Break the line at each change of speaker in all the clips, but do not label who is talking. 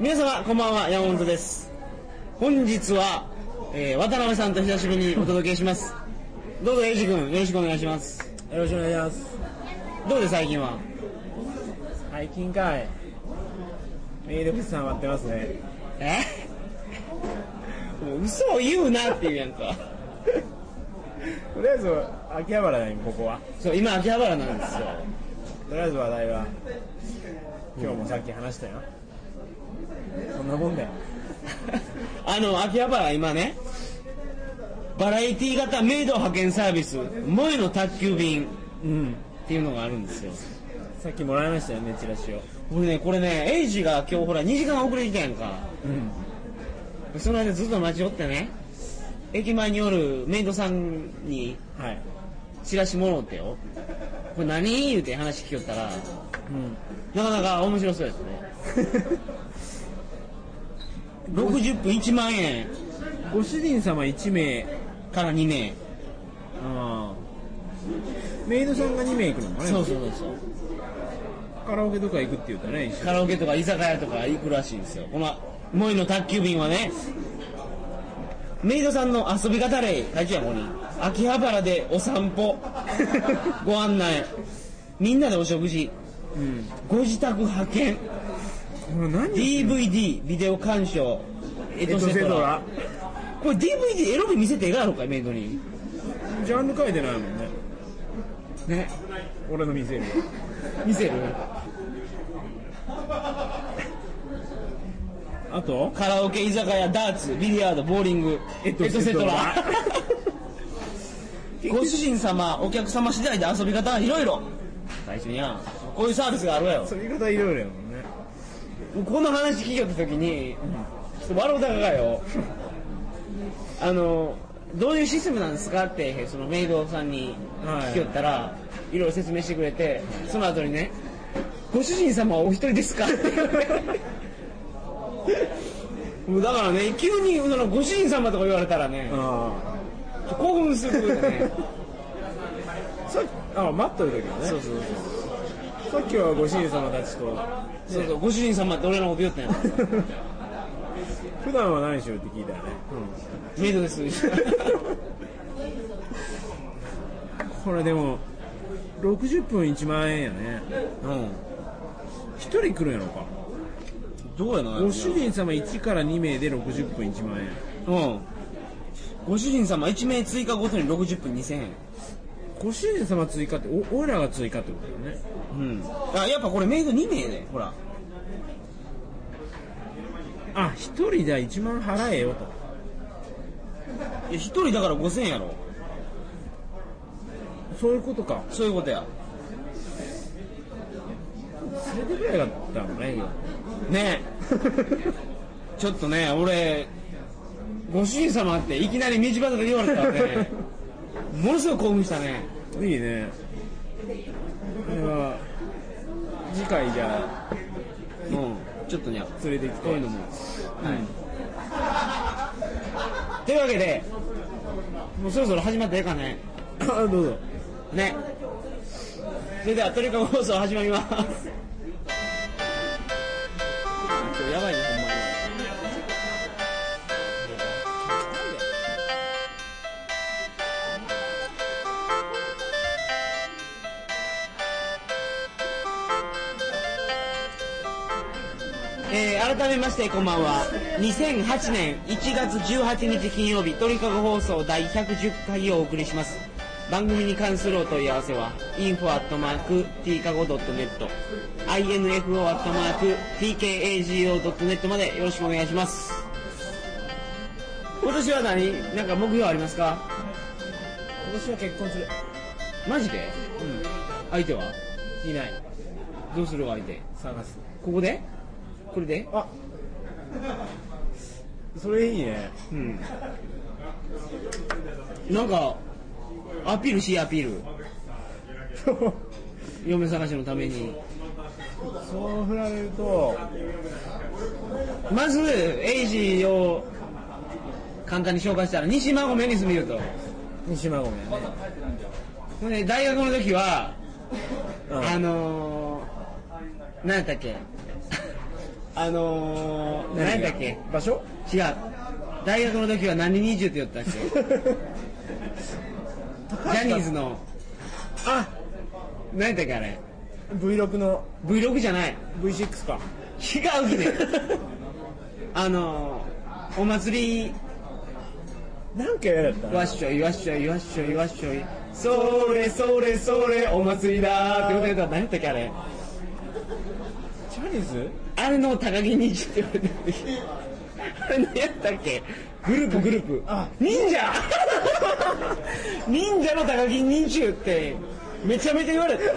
皆様こんばんは山本です本日は、えー渡辺さんと久しぶりにお届けしますどうぞエイジ君よろしくお願いします
よろしくお願いします
どうで最近は
最近かいメイド喫茶ハマってますね
え もう嘘を言うなっていうやんか
とりあえず秋葉原だねここは
そう今秋葉原なんですよ
とりあえず話題は今日もさっき話したよ、そんなもんだよ
あの秋葉原今ねバラエティ型メイド派遣サービス萌えの宅急便
うん
っていうのがあるんですよ
さっきもらいましたよねチラシを
俺ねこれねエイジが今日ほら2時間遅れてきたやんか
うん
その間ずっと待ちおってね駅前におるメイドさんに
はい
チラシもろうてよこれ何言うて話聞きよったら
うん
なかなか面白そうですね60分1万円
ご主人様1名
から2名
あーメイドさんが2名行くのかね
そうそうそうそう
カラオケとか行くって言ったね一緒
カラオケとか居酒屋とか行くらしいんですよこの萌えの宅急便はねメイドさんの遊び方例書いてあるここに秋葉原でお散歩ご案内みんなでお食事
うん
ご自宅派遣
これ何
DVD ビデオ鑑賞エ
エ
ト
ト
セ
セ
ト
ト
ラ
ラ
これ DVD エロビ見せてええやろかイメイドに
ジャンル書いてないもんね
ね
俺の店に
見せる
あと
カラオケ居酒屋ダーツビリヤードボーリング
エトセト
エ
ラ
トセトラ ご主人様お客様次第で遊び方はいろいろ最初にやんこういうサービスがあるわよ
そういう方いろいろやもんね
この話聞きよった時にちょっと笑うたかがよあのどういうシステムなんですかってそのメイドさんに聞きよったら、い、ろいろ説明してくれてその後にね「ご主人様はお一人ですか?」って言われてもうだからね急にそのご主人様とか言われたらね、
あ
興奮するよね
あさっきあ待っとる時はね
そうそう
さっきはご主人様たちと
そうそうそうご主人様って俺らのこと言おったんや
普段は何しようって聞いたよね、
メイドです
これでも60分1万円やね
うん
1人来るんやろか
どうやな
ご主人様1から2名で60分1万円
うん。ご主人様、1名追加ごとに60分2000円。
ご主人様追加ってお俺らが追加ってことだよね
うん。あ、やっぱこれメイド2名で、ほら。
あ1人だ1万払えよと
いや、1人だから5000円やろ。
そういうことか
そういうことや。
連れてくればよかったもんね
ね え。ちょっとね、俺、ご主人様っていきなり道端で言われたらね、ものすごい興奮したね。
いいねこれは次回じゃあ
うん。ちょっとにゃ。
連れてきて
こういうのも。はい。というわけで、もうそろそろ始まってええかね。
あどうぞ
ねそれではトリカゴ放送始まります今日やばいねほんまにえー改めましてこんばんは2008年1月18日金曜日鳥かご放送第110回をお送りします番組に関するお問い合わせは info.tkago.net info.tkago.net までよろしくお願いします今年は何なんか目標ありますか
今年は結婚する
マジで相手は
うんいない
どうする相手
探す
ここでこれで
あそれいい ね
うんなんかアピールしいアピール
そう
嫁探しのために
そう振られると
まずエイジを簡単に紹介したら西馬込に住みよと
西馬込やね
ほんで大学の時は、
うん
あのー、何やったっけ あのー、何だっけ
場所
違う大学の時は何20って言ったっけ ジャニーズの
あ
何だっけあれ
V6 の
V6 じゃない
V6 か
違うきねあのー、お祭り
なんか嫌だった
わ
な
っしょいわっしょいわっしょいわっしょいそれそれそれお祭りだーってことやったら何やったっけあれ
ジャニーズ
あれの高木忍者って言われてる時あれ何やったっけグループグループ
あ
忍者忍者の高木忍者ってめちゃめちゃ言われたよ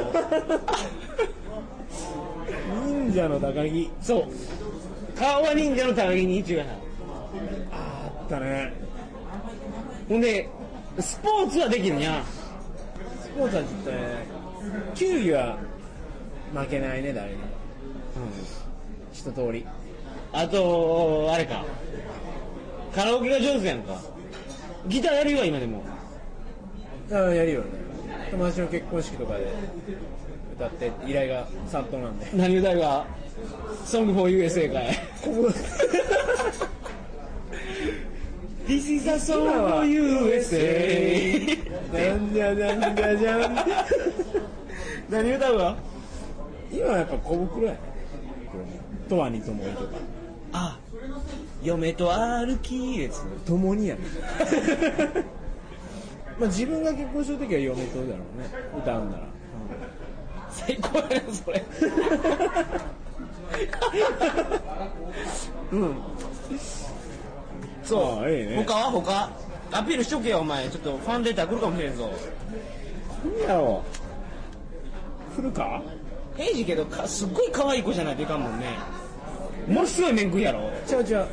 忍者の高木
そう顔は忍者の高木忍者やな
あったね
ほんでスポーツはできるにゃ
スポーツはちょっとね球技は負けないね誰にも一通り
あとあれかカラオケが上手やんかギターやるよ今でも
あやるよね友達の結婚式とかで歌って依頼が殺到なんで
何歌いは「Song for USA」かい This is a song for USA
なんじゃなんじゃじゃん
何歌うわ
今はやっぱ小袋やねとわにともにとか
あ嫁と歩きです
とも にやねまあ自分が結婚するときは嫁とだろうね歌うんなら
最高やなそれ
うんそういいね
他は他アピールしとけよお前ちょっとファンデータ来るかもしれんぞ
何やろう来るか
平時けどかすっごい可愛い子じゃないといかんもんねものすごい面食いやろ
違う違う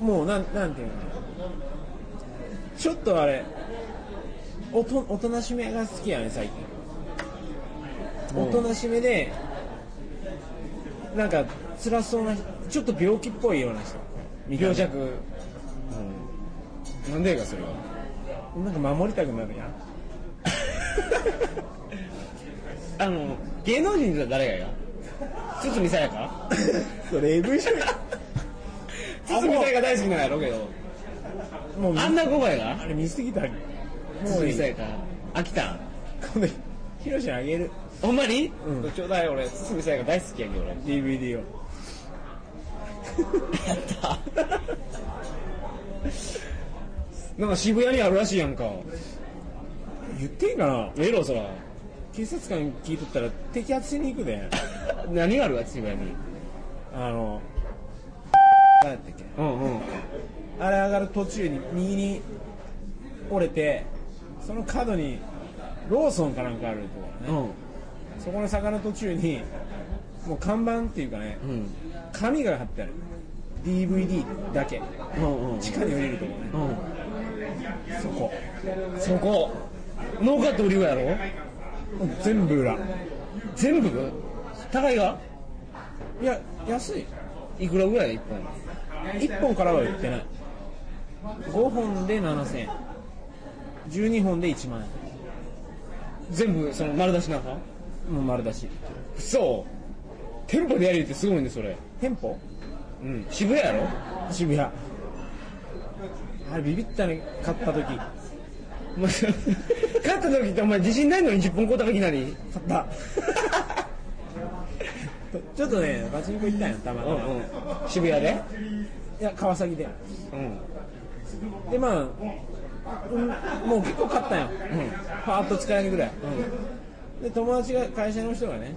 もうなんなんていうのちょっとあれおとおとなしめが好きやね最近
う
お
ん
となしめでなんか辛そうな人ちょっと病気っぽいような人
病弱
なんでかそれはなんか守りたくなるやん
あの芸能人だったら誰がや堤さやか
それ AV じゃ
堤さやか大好きなんやろうけど
もう
あ
あ
んな子がや
あれ見すぎたもうい
堤
い
さやか飽きた
今度ヒロシにあげる
ほんまに、
うん
ちょうだい俺堤さやか大好きやけど俺
DVD を
やったなんか渋谷にあるらしいやんか
言っていいかな
ええろそら
警察官に聞いとったら摘発しに行くで
何があるわ渋谷に
あの何やったっけ
うんうん
あれ上がる途中に右に折れてその角にローソンかなんかあるとこね
うん
そこの坂の途中にもう看板っていうかね
うん
紙が貼ってある DVD だけ
うんうん
地下に降りるとこねそこ
そこノーカット売り子やろ
全部裏
全部高いが
いや安い
いくらぐらい一本
1本からは売ってない5本で7000円12本で1万
全部その丸出しなんか
円もう丸出し
そう店舗でやるってすごいねそれ
店舗
うん渋谷やろ
渋谷あれビビったね買った時買っ
お前勝った時ってお前自信ないのに10本買うた時なり
た ちょっとねパチンコ行ったんやたまたま、い
渋谷で
や川崎で
うん
でまあ、うん、もう結構買ったんよ、パーッと使えるぐらい、で友達が会社の人がね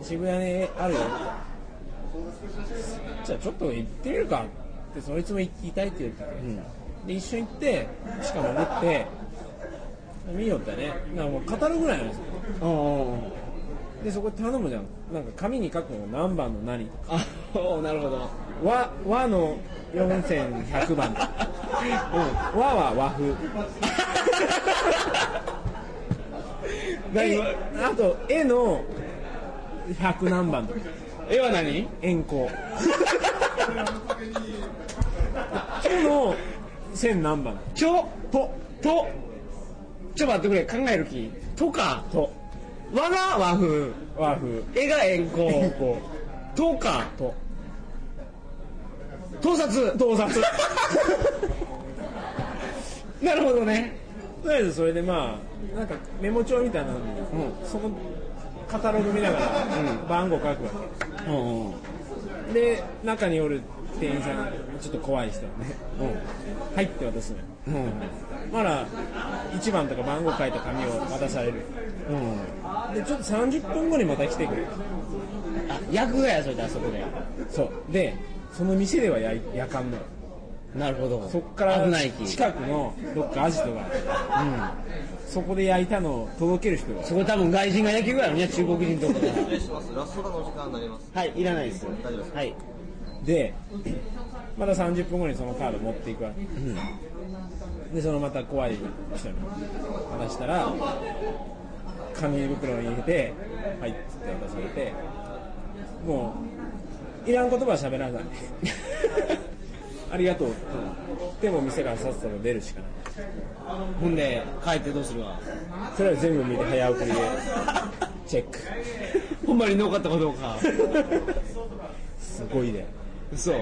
渋谷にあるよってじゃあちょっと行ってみるかってそいつも行きたいって言ってて、で一緒に行ってしかも持って見よったねなんかもう語るぐらいなんですよ
うんうん
でそこ頼むじゃんなんか紙に書くのが何番の何とか
あおなるほど
和和の4100番とかうん、和は和風
何
えあと絵の100何番とか
絵は何
円光絵の1000何番
ちょととちょっと待ってくれ考える気とか
と
和が和風
和風
絵が円
円
光
光
とか
と
盗撮
盗撮
なるほどね
とりあえずそれでまあなんかメモ帳みたいなのに、そのカタログ見ながら番号書くわ
うんうん
け、で中におる店員さんちょっと怖い人はね「はい」って渡すのよ
うんうん
まだ1番とか番号書いた紙を渡される
うん
でちょっと30分後にまた来てくれ
あ役がやそれであそこで
そうでその店ではや夜間なの
なるほど
そっから
危ないき
近くのどっかアジトがある
うん
そこで焼いたのを届ける人が
そこ多分外人が野球ぐらいのね中国人とかが
失礼します。ラストダのお時間になります。
はいいらないです
大丈夫です
はい
でまだ30分後にそのカード持っていくわけ、でそのまた怖い人に渡したら紙袋に入れて「はい」っつって渡されてもういらん言葉は喋らない ありがとうってでも店からさっさと出るしかない
ほんで帰ってどうするわ
それは全部見て早送りでチェック
ほんまになかったかどうか
すごいね
嘘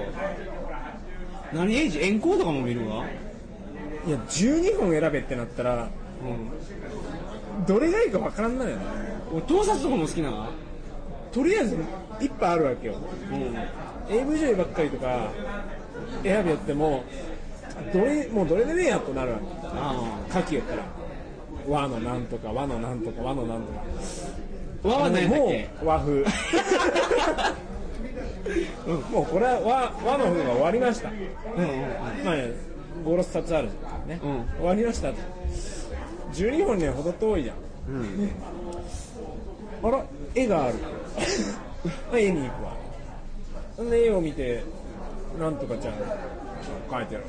何エイジ遠行とかも見るわ
いや12本選べってなったら
うん
どれがいいか分からんないよね
俺盗撮とかも好きなの
とりあえず一杯あるわけよ
うん
AV 女優ばっかりとか選びやってもどれもうどれでもええやんとなるわけ
あ
書きよったら和のなんとか和のなんとか和のなんとか
あわかんないんだっ
も
け
う 和風うんもうこれは和和の風が終わりました
うんうん
まあね、56冊あるじゃんね、
うん
終わりましたって12本には程遠いじゃん、ねあら絵がある あ絵に行くわそんで絵を見てなんとかちゃん描いてある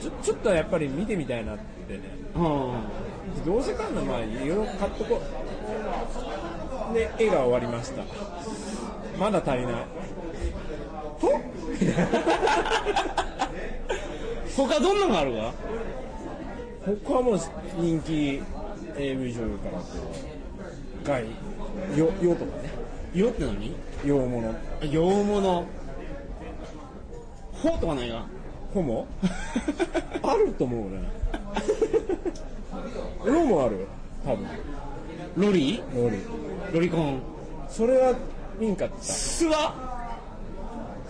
ちょちょっとやっぱり見てみたいなってね
うんうん
どうせ買うのまあいろいろ買っとこうで絵が終わりましたまだ足りないと
他どんなのがあるわ
僕はもう人気 AV 女優からこう外よよとかね
世って何
洋物
洋物ほとかないが
ホモあると思うね ロもある多分
ロリ
ロリ
ロリコン
それは民家ってさ
すわ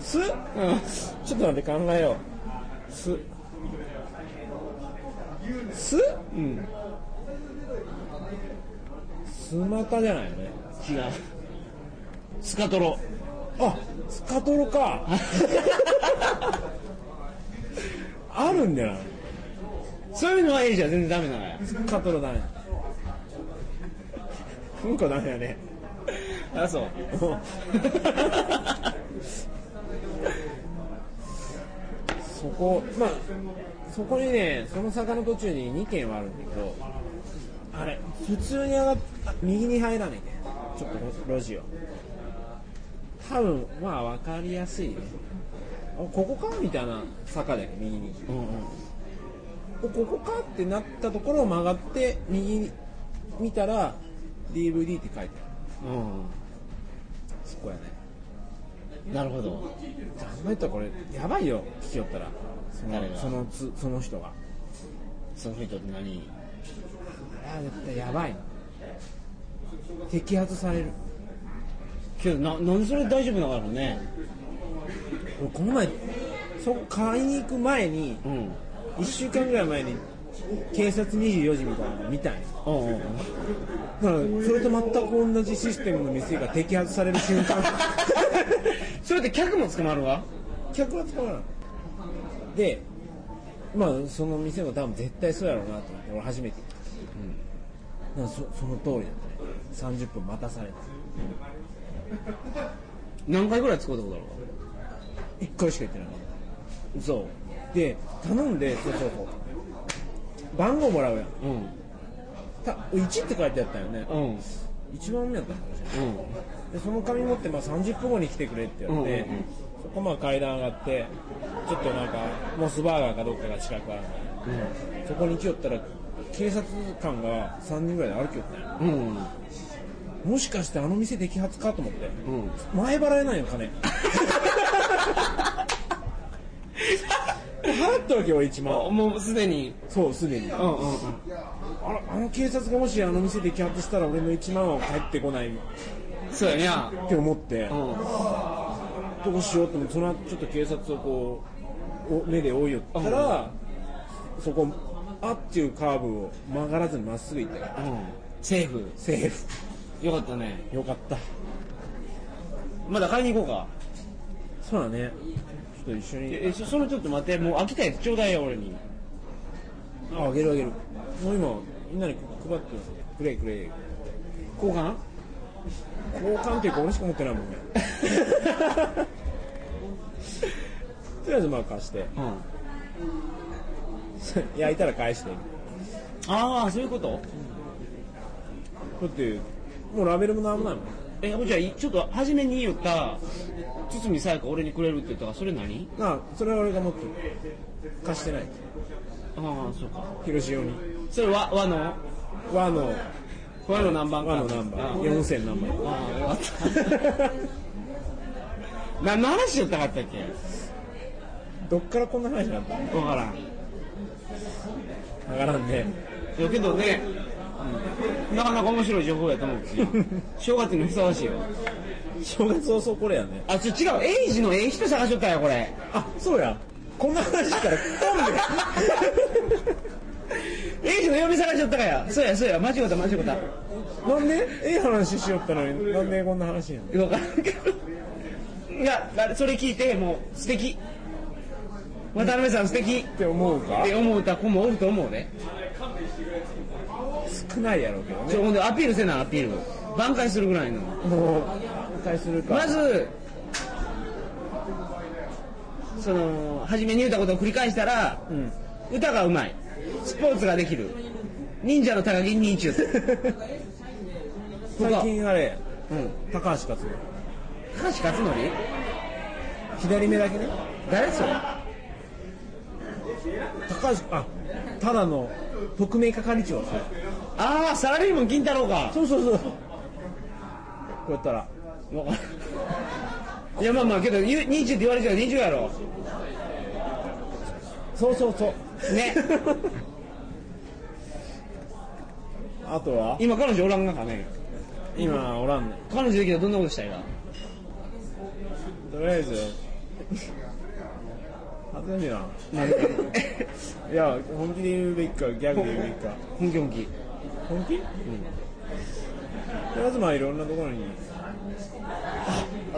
すちょっと待って考えようすす
うん
スマタじゃないよね
違うスカトロ
あスカトロかあるんじゃない
そういうのはエイジは全然ダメなのよ
カトロダメうんこダメだね
あそう
そこまあそこにねその坂の途中に2軒はあるんだけどあれ普通に上がっあ右に入らないねちょっと路地を多分まあ分かりやすいねあここかみたいな坂だよ右に
うんうん
おここかってなったところを曲がって右に見たら DVD って書いてあるそこやね
うんなるほど
考えたらこれやばいよ聞きよったらそ
誰が
のそのつその人が
その人って何
あれ絶対やばいな摘発される
けどななんでそれ大丈夫なのかろうね
俺この前そこ買いに行く前に
うん
1週間ぐらい前に警察24時みたいなの見たんよ
うんうん うん
だからそれと全く同じシステムの店が摘発される瞬間
それって客も捕まるわ
客は使わないでまあその店も多分絶対そうやろうなと思って俺初めて行った、うん、そその通りだったね30分待たされた
何回ぐらい使うとこだろ
1回しか行ってないう
そ
で頼んでそうそうそう番号もらうやん
ううん
た1って書いてあったよね
うんうん
1番目だったのかもしれないでその紙持って、まあ、30分後に来てくれって言われて、
うんうんうん
そこまあ階段上がってちょっとなんかモスバーガーかどっかが近くあるからそこに来よったら警察官が3人ぐらいで歩きよったんよ
うんうん
もしかしてあの店摘発かと思って
うん
前払えないよ金払ったわけよ1万
もうすでに
そうすでに
うんうんうん
あらあの警察がもしあの店で揮発したら俺の1万は返ってこないっ
そうやな
て思って
うん
どうしようって思ってその後ちょっと警察をこうお目で追いよったらそこあっていうカーブを曲がらずにまっすぐ行ったよ
うんセーフ
セーフ
よかったね
よかった
まだ買いに行こうか
そうだねちょっと一緒に
えそそのちょっと待ってもう飽きたやつちょうだいよ俺に
ああげるあげるもう今みんなに配ってくれくれ
交換
交換っていうか俺しか持ってないもんね とりあえずまあ貸して
うん
焼いたら返して
ああそういうこと
だってもうラベルもなんもないもん
えほんじゃあいちょっと初めに言った堤さやか俺にくれるって言ったからそれ何
ああそれは俺が持ってる貸してない
ああそうか
広し用に
それ和和の
和の
和の何番か
和のナンバ
あ
ー
ー
4000ナンバ
ああよかっ
ー
た何の話しよったかったっけ
どっからこんな話になったの
分からん
わからんね
いやけどね、なかなか面白い情報やと思うし正月にふさわしいよ
正月早々これやね
あちょ違うエイジのええ人探しとったよこれ
あそうやこんな話したら混んで
エイジの嫁探しとったかやそうやそうや間違った間違った
なんでええ話しよったのになんでこんな話やね
分からんけどいやあれそれ聞いてもう素敵渡辺さん素敵
って思うか
って思うた子もおると思うね
少ないやろうけど
ち
ね
ょほんでアピールせなアピール挽回するぐらいの
もう対するか
まずその初めに言ったことを繰り返したら
うん
歌がうまいスポーツができる忍者の高木忍中
最近あれ
うん
高橋克
高橋克典
典左目だけね
誰それ
高橋あただの特命係長
ああサラリーマン金太郎か
そうそうそうこうやったら
わかるいやまあまあけどゆ忍中って言われちゃう忍中やろ
そうそうそう
ね
あとは
今彼女おらんがかね
今おらんね
彼女できたらどんなことしたいか
とりあえず初めてな
何
いや本気で言うべきかギャグで言うべきか
本気本気
本気うんとりあえずまあいろんなところに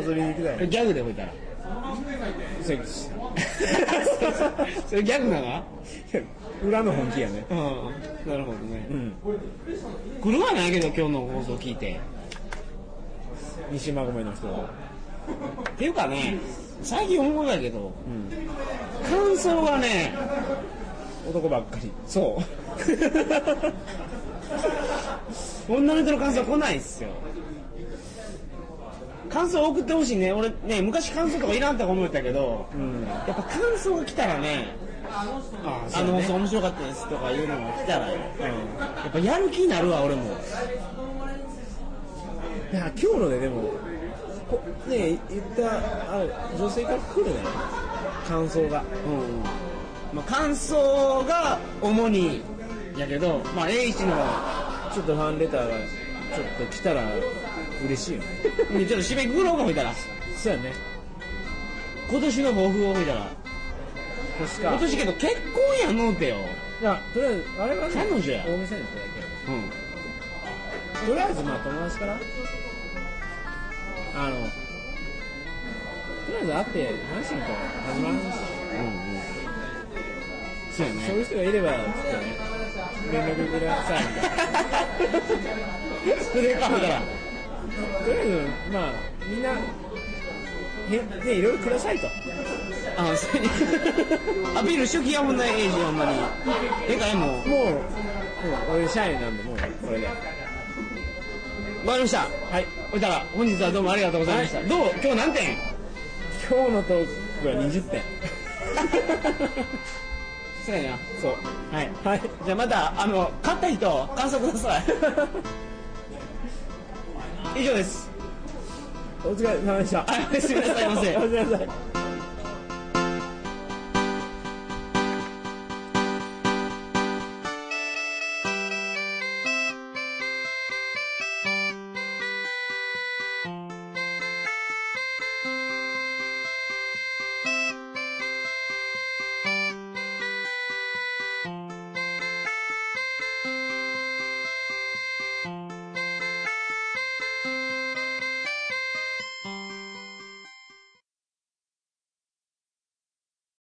遊びに行きたい
えギャグでほいたら
セックス
それギャグなが
裏の本気やね
うんなるほどね
うん
来るわないけど今日の放送聞いて
西馬込の人は
っていうかね最近思うんだけど
うん
感想がね
男ばっかり
そう女の人の感想来ないっすよ感想送ってほしいね俺ね昔感想とかいらんとか思ったけど、
ん
やっぱ感想が来たらね
あ
あの放送面白かったですとかいうのが来たらやっぱやる気になるわ俺も
いや今日のねでもこね言ったあ女性から来るね感想が
うんまあ、感想が主にやけど、まあ、A1 の
ちょっとファンレターがちょっと来たら 嬉しいよね
うんちょっと締めくくろうかほいたら
そうやね
今年の抱負をほいたら
確か
今年けど結婚やのうてよ
いやとりあえずあれはね
彼女や
大げさにしただ
うん
けとりあえずまあ友達からあのとりあえず会って話してみたら始まるし
うんうんそうや
そう
ね
いう人がいればちょっとね連絡くださ いみたいな
それかほいたら
とりあえずまあみんなへねいろいろくださいと
あそう やねアピールしときやもんな A1 ほんまにてかえもう
もうもう俺社員なんでもうこれでは
終わかりました
い
ほいたら本日はどうもありがとうございました、どう今日何点
今日のトークは20点
そうや
そう
なはい
はい
じゃあまたあの勝った人感想くだ さい以上です
お疲れ様でした
あおやすみなさいませ
おやすみなさい